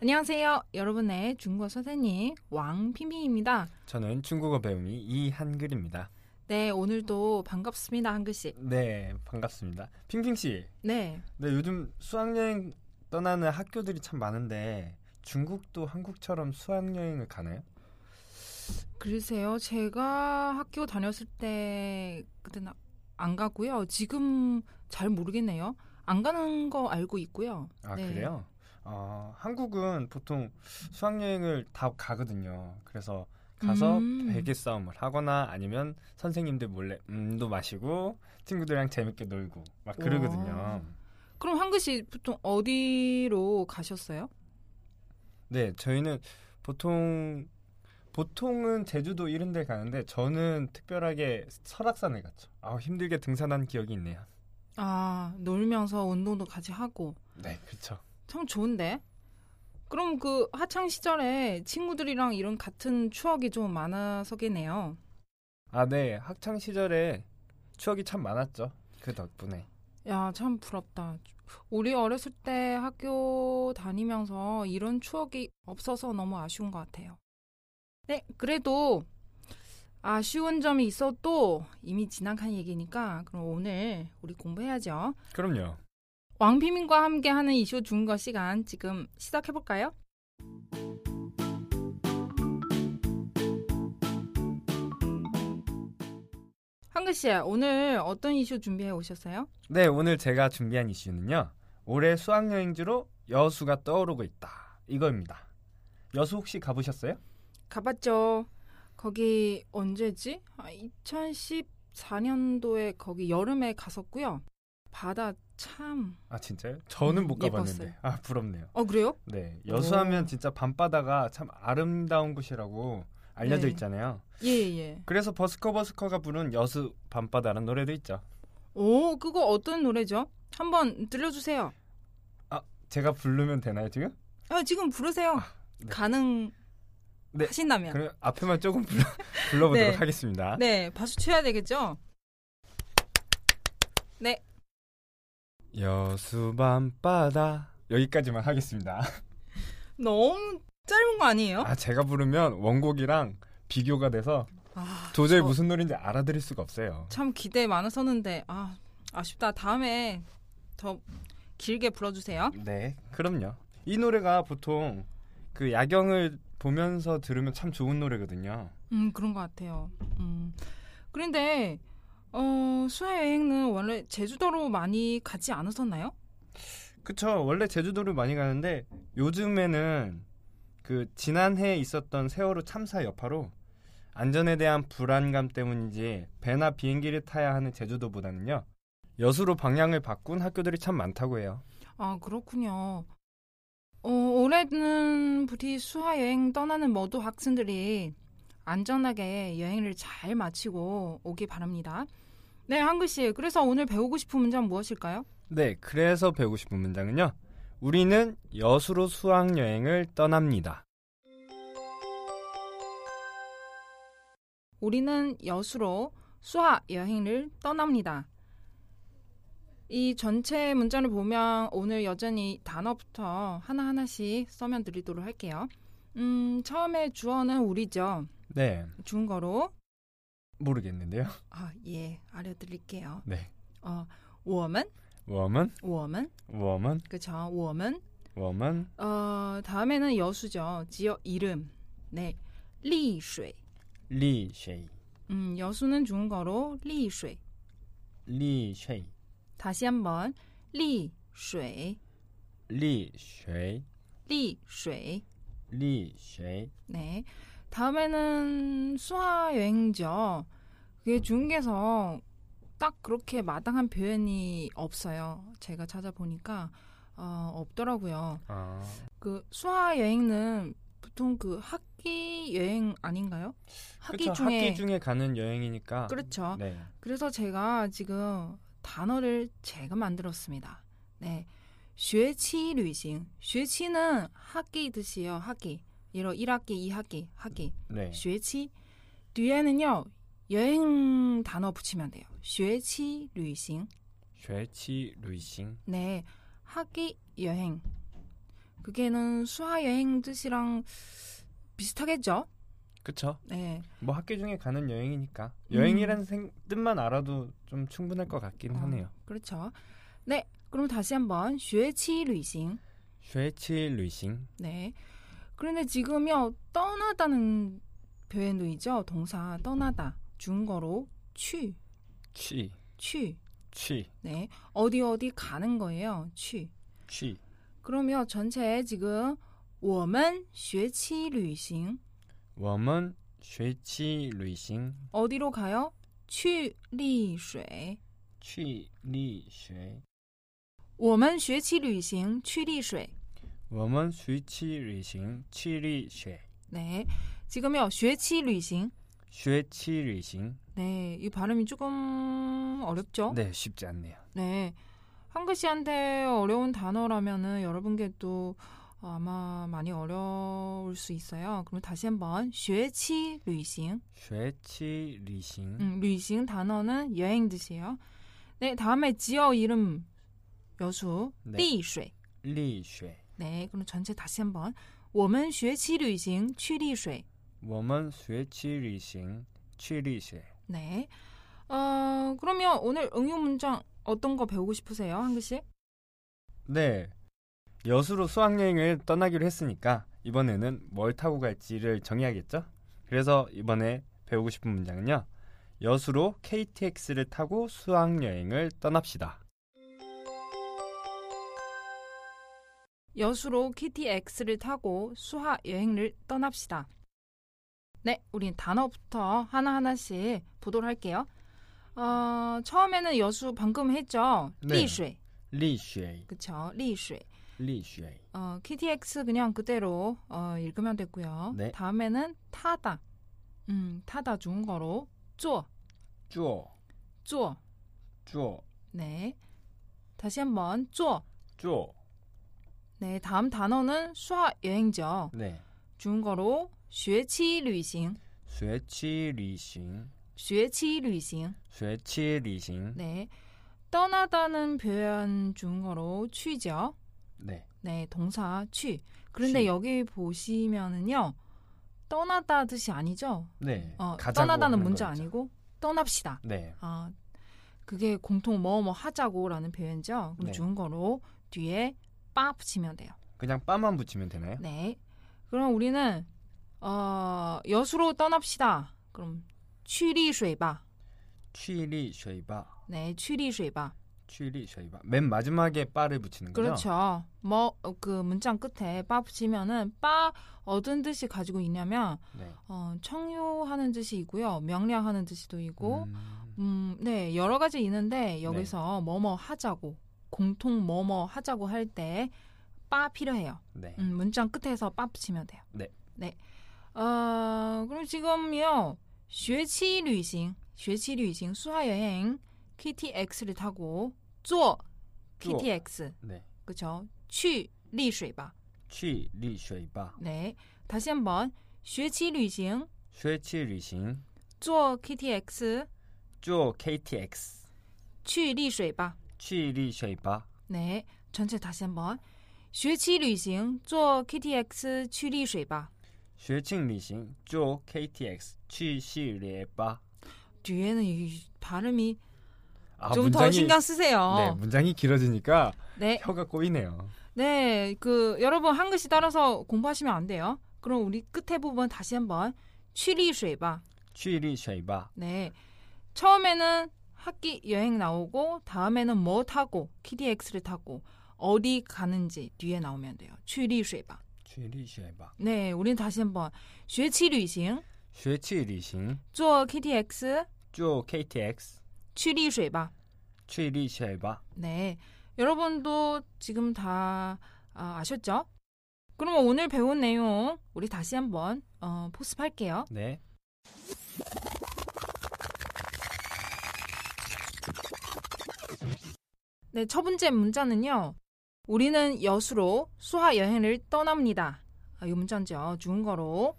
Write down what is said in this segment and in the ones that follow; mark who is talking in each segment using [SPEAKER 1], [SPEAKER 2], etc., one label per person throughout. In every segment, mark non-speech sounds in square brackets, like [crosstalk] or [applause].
[SPEAKER 1] 안녕하세요. 여러분의 중국어 선생님 왕피민입니다.
[SPEAKER 2] 저는 중국어 배움이 이한글입니다.
[SPEAKER 1] 네, 오늘도 반갑습니다. 한글씨.
[SPEAKER 2] 네, 반갑습니다. 핑핑 씨.
[SPEAKER 1] 네.
[SPEAKER 2] 네, 요즘 수학여행 떠나는 학교들이 참 많은데 중국도 한국처럼 수학여행을 가나요?
[SPEAKER 1] 글쎄요, 제가 학교 다녔을 때 그때는 안 가고요. 지금 잘 모르겠네요. 안 가는 거 알고 있고요.
[SPEAKER 2] 아,
[SPEAKER 1] 네.
[SPEAKER 2] 그래요? 어, 한국은 보통 수학여행을 다 가거든요. 그래서 가서
[SPEAKER 1] 음.
[SPEAKER 2] 베개 싸움을 하거나 아니면 선생님들 몰래 음도 마시고 친구들이랑 재밌게 놀고 막
[SPEAKER 1] 와.
[SPEAKER 2] 그러거든요.
[SPEAKER 1] 그럼 한글 씨 보통 어디로 가셨어요?
[SPEAKER 2] 네, 저희는 보통 보통은 제주도 이런 데 가는데 저는 특별하게 설악산을 갔죠. 아, 힘들게 등산한 기억이 있네요.
[SPEAKER 1] 아, 놀면서 운동도 같이 하고
[SPEAKER 2] 네, 그렇죠.
[SPEAKER 1] 참 좋은데. 그럼 그 하창 시절에 친구들이랑 이런 같은 추억이 좀 많아서겠네요.
[SPEAKER 2] 아, 네. 학창 시절에 추억이 참 많았죠. 그 덕분에.
[SPEAKER 1] 야, 참 부럽다. 우리 어렸을 때 학교 다니면서 이런 추억이 없어서 너무 아쉬운 것 같아요. 네, 그래도 아쉬운 점이 있어도 이미 지나간 얘기니까 그럼 오늘 우리 공부해야죠.
[SPEAKER 2] 그럼요.
[SPEAKER 1] 왕피민과 함께하는 이슈 중거 시간 지금 시작해볼까요? 한글 씨, 오늘 어떤 이슈 준비해 오셨어요?
[SPEAKER 2] 네, 오늘 제가 준비한 이슈는요. 올해 수학 여행지로 여수가 떠오르고 있다. 이거입니다. 여수 혹시 가보셨어요?
[SPEAKER 1] 가봤죠. 거기 언제지? 2014년도에 거기 여름에 갔었고요. 바다 참.
[SPEAKER 2] 아, 진짜요? 저는
[SPEAKER 1] 음,
[SPEAKER 2] 못 가봤는데.
[SPEAKER 1] 예뻤어요.
[SPEAKER 2] 아, 부럽네요.
[SPEAKER 1] 어 그래요?
[SPEAKER 2] 네,
[SPEAKER 1] 오.
[SPEAKER 2] 여수하면 진짜 밤바다가 참 아름다운 곳이라고 알려져
[SPEAKER 1] 네.
[SPEAKER 2] 있잖아요.
[SPEAKER 1] 예예. 예.
[SPEAKER 2] 그래서 버스커 버스커가 부른 여수 밤바다라는 노래도 있죠.
[SPEAKER 1] 오 그거 어떤 노래죠? 한번 들려주세요.
[SPEAKER 2] 제가 부르면 되나요 지금?
[SPEAKER 1] 아, 지금 부르세요.
[SPEAKER 2] 네.
[SPEAKER 1] 가능
[SPEAKER 2] 네.
[SPEAKER 1] 하신다면.
[SPEAKER 2] 그럼 앞에만 조금 불러,
[SPEAKER 1] [laughs]
[SPEAKER 2] 불러보도록
[SPEAKER 1] 네.
[SPEAKER 2] 하겠습니다.
[SPEAKER 1] 네 박수 쳐야 되겠죠?
[SPEAKER 2] 여수 밤바다 여기까지만 하겠습니다.
[SPEAKER 1] 너무 짧은 거 아니에요?
[SPEAKER 2] 아 제가 부르면 원곡이랑 비교가 돼서
[SPEAKER 1] 아,
[SPEAKER 2] 도저히
[SPEAKER 1] 저-
[SPEAKER 2] 무슨 노래인지 알아들을 수가 없어요.
[SPEAKER 1] 참 기대 많았었는데 아 아쉽다. 다음에 더 길게 불러주세요.
[SPEAKER 2] 네, 그럼요. 이 노래가 보통 그 야경을 보면서 들으면 참 좋은 노래거든요.
[SPEAKER 1] 음 그런 것 같아요. 음 그런데 어 수해여행은 원래 제주도로 많이 가지 않았었나요?
[SPEAKER 2] 그쵸 원래 제주도를 많이 가는데 요즘에는 그 지난해 있었던 세월호 참사 여파로 안전에 대한 불안감 때문인지 배나 비행기를 타야 하는 제주도보다는요 여수로 방향을 바꾼 학교들이 참 많다고 해요
[SPEAKER 1] 아 그렇군요. 어 올해는 부디 수하여행 떠나는 모두 학생들이 안전하게 여행을 잘 마치고 오길 바랍니다. 네 한글 씨 그래서 오늘 배우고 싶은 문장 무엇일까요?
[SPEAKER 2] 네 그래서 배우고 싶은 문장은요 우리는 여수로 수학여행을 떠납니다
[SPEAKER 1] 우리는 여수로 수하 여행을 떠납니다. 이 전체 문자를 보면 오늘 여전히 단어부터 하나하나씩 써면 드리도록 할게요. 음, 처음에 주어는 우리죠.
[SPEAKER 2] 네
[SPEAKER 1] 중거로.
[SPEAKER 2] 모르겠는데요 [laughs]
[SPEAKER 1] 아, 예. 알려드릴게요.
[SPEAKER 2] 네
[SPEAKER 1] 어, 我们,
[SPEAKER 2] 워먼
[SPEAKER 1] 我们,
[SPEAKER 2] 워먼
[SPEAKER 1] 그쵸, 我们.
[SPEAKER 2] 워먼
[SPEAKER 1] 어, 다음에는 여수죠. 지역 이름. 네. 리쉐.
[SPEAKER 2] 리쉐이
[SPEAKER 1] 음, 여수는 중거로 리쉐.
[SPEAKER 2] 리쉐이
[SPEAKER 1] 다시 한번 리쉐.
[SPEAKER 2] 리쉐이
[SPEAKER 1] 리쉐.
[SPEAKER 2] 리쉐이
[SPEAKER 1] 네. 다음에는 수하 여행죠. 그게 중국에서 딱 그렇게 마땅한 표현이 없어요. 제가 찾아보니까 어, 없더라고요.
[SPEAKER 2] 아,
[SPEAKER 1] 그 수하 여행은 보통 그 학 학기 여행 아닌가요? 학기
[SPEAKER 2] 그쵸,
[SPEAKER 1] 중에
[SPEAKER 2] 학기 중에 가는 여행이니까.
[SPEAKER 1] 그렇죠.
[SPEAKER 2] 네.
[SPEAKER 1] 그래서 제가 지금 단어를 제가 만들었습니다. 네. 쉐치 류싱. 쉐치는 학기 뜻이에요. 학기. 예로 1학기, 2학기, 학기.
[SPEAKER 2] 네.
[SPEAKER 1] 쉐치. 뒤에는요. 여행 단어 붙이면 돼요. 쉐치 류싱.
[SPEAKER 2] 쉐치 루이싱.
[SPEAKER 1] 네. 학기 여행. 그게는 수학 여행 뜻이랑 비슷하겠죠?
[SPEAKER 2] 그쵸.
[SPEAKER 1] 네.
[SPEAKER 2] 뭐 학기 중에 가는 여행이니까
[SPEAKER 1] 음.
[SPEAKER 2] 여행이라는 생- 뜻만 알아도 좀 충분할 것 같긴
[SPEAKER 1] 어,
[SPEAKER 2] 하네요.
[SPEAKER 1] 그렇죠. 네. 그럼 다시 한번 쉐치 류싱.
[SPEAKER 2] 쉐치 루이싱.
[SPEAKER 1] 네. 그런데 지금요 떠나다는 표현도이죠 동사 떠나다 중거로 취,
[SPEAKER 2] 취.
[SPEAKER 1] 취.
[SPEAKER 2] 취.
[SPEAKER 1] 네. 어디 어디 가는 거예요. 취.
[SPEAKER 2] 취.
[SPEAKER 1] 그러면 전체 지금 我们 쉐치 旅行
[SPEAKER 2] 워먼 쉐치 루이싱.
[SPEAKER 1] 어디로 가요? 취리水
[SPEAKER 2] 취리쉐.
[SPEAKER 1] 我们 쉐치 旅行 취리水
[SPEAKER 2] 워먼 쉐치 루이싱. 취리쉐.
[SPEAKER 1] 네. 지금요 쉐치 旅行
[SPEAKER 2] 쉐치 루이싱.
[SPEAKER 1] 네. 이 발음이 조금 어렵죠?
[SPEAKER 2] 네, 쉽지 않네요.
[SPEAKER 1] 네. 한글 씨한테 어려운 단어라면은 여러분께 또 어, 아마 많이 어려울 수 있어요. 그럼 다시 한번 学期旅行.
[SPEAKER 2] 쉐치 루이싱.
[SPEAKER 1] 음, 旅行 단어는 여행 뜻이에요. 네, 다음에 지역 이름 여수
[SPEAKER 2] 네.
[SPEAKER 1] 丽水.
[SPEAKER 2] 리쉐.
[SPEAKER 1] 네, 그럼 전체 다시 한번 我们学期旅行去丽水.
[SPEAKER 2] 워먼 쉐치 루이싱. 취리쉐.
[SPEAKER 1] 네. 어, 그러면 오늘 응용 문장 어떤 거 배우고 싶으세요, 한글 씨?
[SPEAKER 2] 네. 여수로 수학여행을 떠나기로 했으니까 이번에는 뭘 타고 갈지를 정해야겠죠? 그래서 이번에 배우고 싶은 문장은요. 여수로 KTX를 타고 수학여행을 떠납시다.
[SPEAKER 1] 여수로 KTX를 타고 수하 여행을 떠납시다. 네, 우린 단어부터 하나하나씩 보도록 할게요. 어, 처음에는 여수 방금 했죠?
[SPEAKER 2] 네.
[SPEAKER 1] 리쉐.
[SPEAKER 2] 리쉐이,
[SPEAKER 1] 그쵸, 리쉐.
[SPEAKER 2] 리쉐이.
[SPEAKER 1] 어, KTX 그냥 그대로 어, 읽으면 됐고요.
[SPEAKER 2] 네.
[SPEAKER 1] 다음에는 타다. 음, 타다 중거로 쪼,
[SPEAKER 2] 쪼,
[SPEAKER 1] 쪼.
[SPEAKER 2] 쪼,
[SPEAKER 1] 네. 다시 한번 쪼.
[SPEAKER 2] 쪼.
[SPEAKER 1] 네, 다음 단어는 수하 여행죠.
[SPEAKER 2] 네.
[SPEAKER 1] 중거로 学期旅行.
[SPEAKER 2] 쇠치 리싱,
[SPEAKER 1] 学期旅行.
[SPEAKER 2] 쇠치 리싱.
[SPEAKER 1] 네. 떠나다는 표현 중어로 취죠.
[SPEAKER 2] 네.
[SPEAKER 1] 네, 동사 취. 그런데
[SPEAKER 2] 취.
[SPEAKER 1] 여기 보시면은요. 떠나다 뜻이 아니죠.
[SPEAKER 2] 네.
[SPEAKER 1] 어,
[SPEAKER 2] 가자고
[SPEAKER 1] 떠나다는
[SPEAKER 2] 하는
[SPEAKER 1] 문자
[SPEAKER 2] 거겠죠.
[SPEAKER 1] 아니고 떠납시다.
[SPEAKER 2] 네.
[SPEAKER 1] 아, 그게 공통 뭐뭐 하자고라는 표현이죠. 그럼
[SPEAKER 2] 네.
[SPEAKER 1] 중거로 뒤에 빠 붙이면 돼요.
[SPEAKER 2] 그냥 빠만 붙이면 되나요?
[SPEAKER 1] 네. 그럼 우리는 어, 여수로 떠납시다. 그럼 취리水吧.
[SPEAKER 2] 취리쉐이바,
[SPEAKER 1] 네, 취리水吧.
[SPEAKER 2] 취리쉐이바. 맨 마지막에 빠를 붙이는 거죠?
[SPEAKER 1] 그렇죠. 뭐 그 문장 끝에 빠 붙이면은 빠 어떤 뜻이 가지고 있냐면
[SPEAKER 2] 네.
[SPEAKER 1] 어, 청요하는 뜻이 있고요, 명령하는 뜻이도 있고,
[SPEAKER 2] 음, 네.
[SPEAKER 1] 음, 네 여러 가지 있는데 여기서 뭐뭐 하자고 공통 뭐뭐 하자고 할 때 빠 필요해요.
[SPEAKER 2] 네.
[SPEAKER 1] 음, 문장 끝에서 빠 붙이면 돼요.
[SPEAKER 2] 네.
[SPEAKER 1] 네. 어, 그럼 지금요, 学期旅行,学期旅行 수하 여행 KTX를 타고 坐
[SPEAKER 2] 坐.
[SPEAKER 1] KTX
[SPEAKER 2] 네.
[SPEAKER 1] 그쵸? 취 리쉐바.
[SPEAKER 2] 취 리쉐이바.
[SPEAKER 1] 네. 다시 한번 쉐치 류싱,
[SPEAKER 2] 쉐치 리싱.
[SPEAKER 1] 쪼 KTX,
[SPEAKER 2] 쪼 KTX.
[SPEAKER 1] 취 리쉐바.
[SPEAKER 2] 취 리쉐이바.
[SPEAKER 1] 네. 전체 다시 한번 쉐치 류싱, 쪼 KTX, 취 리쉐바.
[SPEAKER 2] 쉐칭 리싱. 쪼 KTX. 취시 리에바.
[SPEAKER 1] 뒤에는 이 발음이
[SPEAKER 2] 아,
[SPEAKER 1] 좀 더 신경 쓰세요.
[SPEAKER 2] 네, 문장이 길어지니까
[SPEAKER 1] 네.
[SPEAKER 2] 혀가 꼬이네요.
[SPEAKER 1] 네, 그 여러분 한글씨 따라서 공부하시면 안 돼요. 그럼 우리 끝에 부분 다시 한번 취리쉐바.
[SPEAKER 2] 취 리쉐이바.
[SPEAKER 1] 네, 처음에는 학기 여행 나오고 다음에는 뭐 타고 KTX를 타고 어디 가는지 뒤에 나오면 돼요. 취리쉐바.
[SPEAKER 2] 취 리쉐이바.
[SPEAKER 1] 네, 우린 다시 한번 쉐치 旅行,
[SPEAKER 2] 쉐치 리싱.
[SPEAKER 1] 坐 KTX,
[SPEAKER 2] 쪼 KTX.
[SPEAKER 1] 취리쉐바.
[SPEAKER 2] 취 리쉐이바.
[SPEAKER 1] 네, 여러분도 지금 다 아, 아셨죠? 그럼 오늘 배운 내용 우리 다시 한번 어, 포습할게요.
[SPEAKER 2] 네.
[SPEAKER 1] 네, 첫 번째 문자는요. 우리는 여수로 수학 여행을 떠납니다. 아, 이 문자죠. 중국어로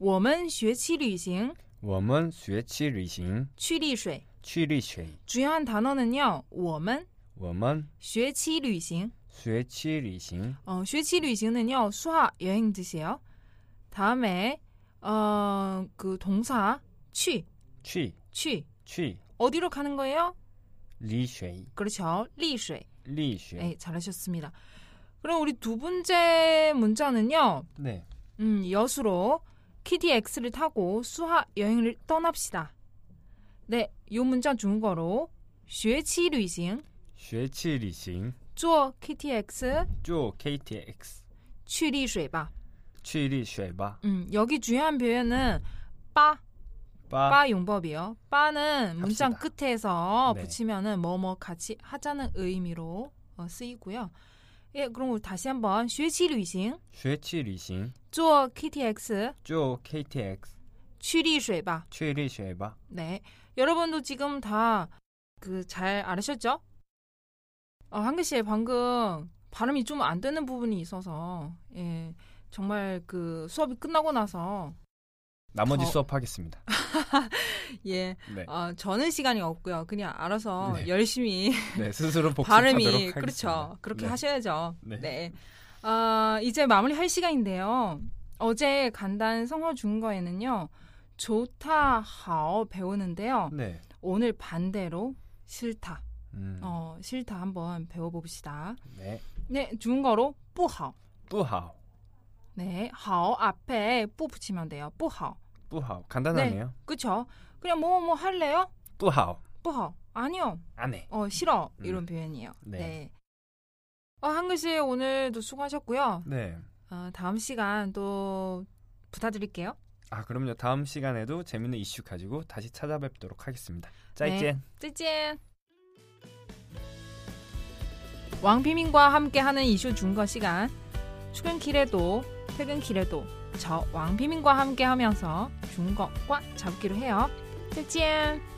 [SPEAKER 1] 我们学习旅行
[SPEAKER 2] 我们 수에치 리싱
[SPEAKER 1] 去丽水.
[SPEAKER 2] 취리쉐.
[SPEAKER 1] 중요한 단어는요. 我们
[SPEAKER 2] 我们
[SPEAKER 1] 学期旅行.
[SPEAKER 2] 수에치 리싱
[SPEAKER 1] 어, 学期 旅行은요. 수학 여행 뜻이에요. 다음에 어, 그 동사 去,
[SPEAKER 2] 취,
[SPEAKER 1] 去
[SPEAKER 2] 취,
[SPEAKER 1] 어디로 가는 거예요?
[SPEAKER 2] 리쉐,
[SPEAKER 1] 그렇죠. 丽水.
[SPEAKER 2] 리쉐.
[SPEAKER 1] 네, 잘하셨습니다. 그럼 우리 두 번째 문자는요.
[SPEAKER 2] 네.
[SPEAKER 1] 음, 여수로 KTX를 타고 수학 여행을 떠납시다. 네, 요 문자 중국어로 学期旅行,
[SPEAKER 2] 수에치 리싱
[SPEAKER 1] 坐 KTX
[SPEAKER 2] 坐 KTX
[SPEAKER 1] 去丽水吧.
[SPEAKER 2] 去丽水吧
[SPEAKER 1] 음, 여기 중요한 표현은 빠,
[SPEAKER 2] 吧
[SPEAKER 1] 빠 용법이요. 빠는 문장
[SPEAKER 2] 합시다.
[SPEAKER 1] 끝에서
[SPEAKER 2] 네.
[SPEAKER 1] 붙이면은 뭐뭐 같이 하자는 의미로 어, 쓰이고요. 예, 그럼 우리 다시 한번 学期旅行,
[SPEAKER 2] 学期 리싱
[SPEAKER 1] 坐 KTX
[SPEAKER 2] 坐 KTX
[SPEAKER 1] 去丽水吧.
[SPEAKER 2] 去丽水吧
[SPEAKER 1] 네. 여러분도 지금 다 그 잘 알으셨죠? 어, 한글 씨 방금 발음이 좀 안 되는 부분이 있어서 예. 정말 그 수업이 끝나고 나서
[SPEAKER 2] 나머지
[SPEAKER 1] 더-
[SPEAKER 2] 수업하겠습니다
[SPEAKER 1] 예.
[SPEAKER 2] 네,
[SPEAKER 1] 어, 저는 시간이 없고요. 그냥 알아서
[SPEAKER 2] 네.
[SPEAKER 1] 열심히
[SPEAKER 2] 네 스스로 복습하도록
[SPEAKER 1] 발음이
[SPEAKER 2] 하겠습니다
[SPEAKER 1] 그렇죠. 그렇게
[SPEAKER 2] 네.
[SPEAKER 1] 하셔야죠.
[SPEAKER 2] 네.
[SPEAKER 1] 네. 아, 이제 마무리할 시간인데요. 어제 간단 성어 중거에는요. 좋다, 하오 배우는데요.
[SPEAKER 2] 네
[SPEAKER 1] 오늘 반대로 싫다.
[SPEAKER 2] 음,
[SPEAKER 1] 어, 싫다 한번 배워봅시다.
[SPEAKER 2] 네.
[SPEAKER 1] 네, 중국어로 不好.
[SPEAKER 2] 不好
[SPEAKER 1] 네, 好 앞에 不 붙이면 돼요. 不好.
[SPEAKER 2] 不好 간단하네요
[SPEAKER 1] 그쵸? 그냥 뭐 뭐 할래요?
[SPEAKER 2] 不好
[SPEAKER 1] 不好. 아니요.
[SPEAKER 2] 안해
[SPEAKER 1] 어, 싫어.
[SPEAKER 2] 음.
[SPEAKER 1] 이런 표현이에요.
[SPEAKER 2] 네.
[SPEAKER 1] 네. 어, 한글씨 오늘도 수고하셨고요.
[SPEAKER 2] 네아
[SPEAKER 1] 어, 다음 시간 또 부탁드릴게요.
[SPEAKER 2] 아, 그럼요 다음 시간에도 재밌는 이슈 가지고 다시 찾아뵙도록
[SPEAKER 1] 네.
[SPEAKER 2] 하겠습니다 짜이젠
[SPEAKER 1] 再见. 왕피민과 함께하는 이슈 중거 시간. 출근길에도 퇴근길에도 저 왕피민과 함께하면서 중거과 잡기로 해요. 再见.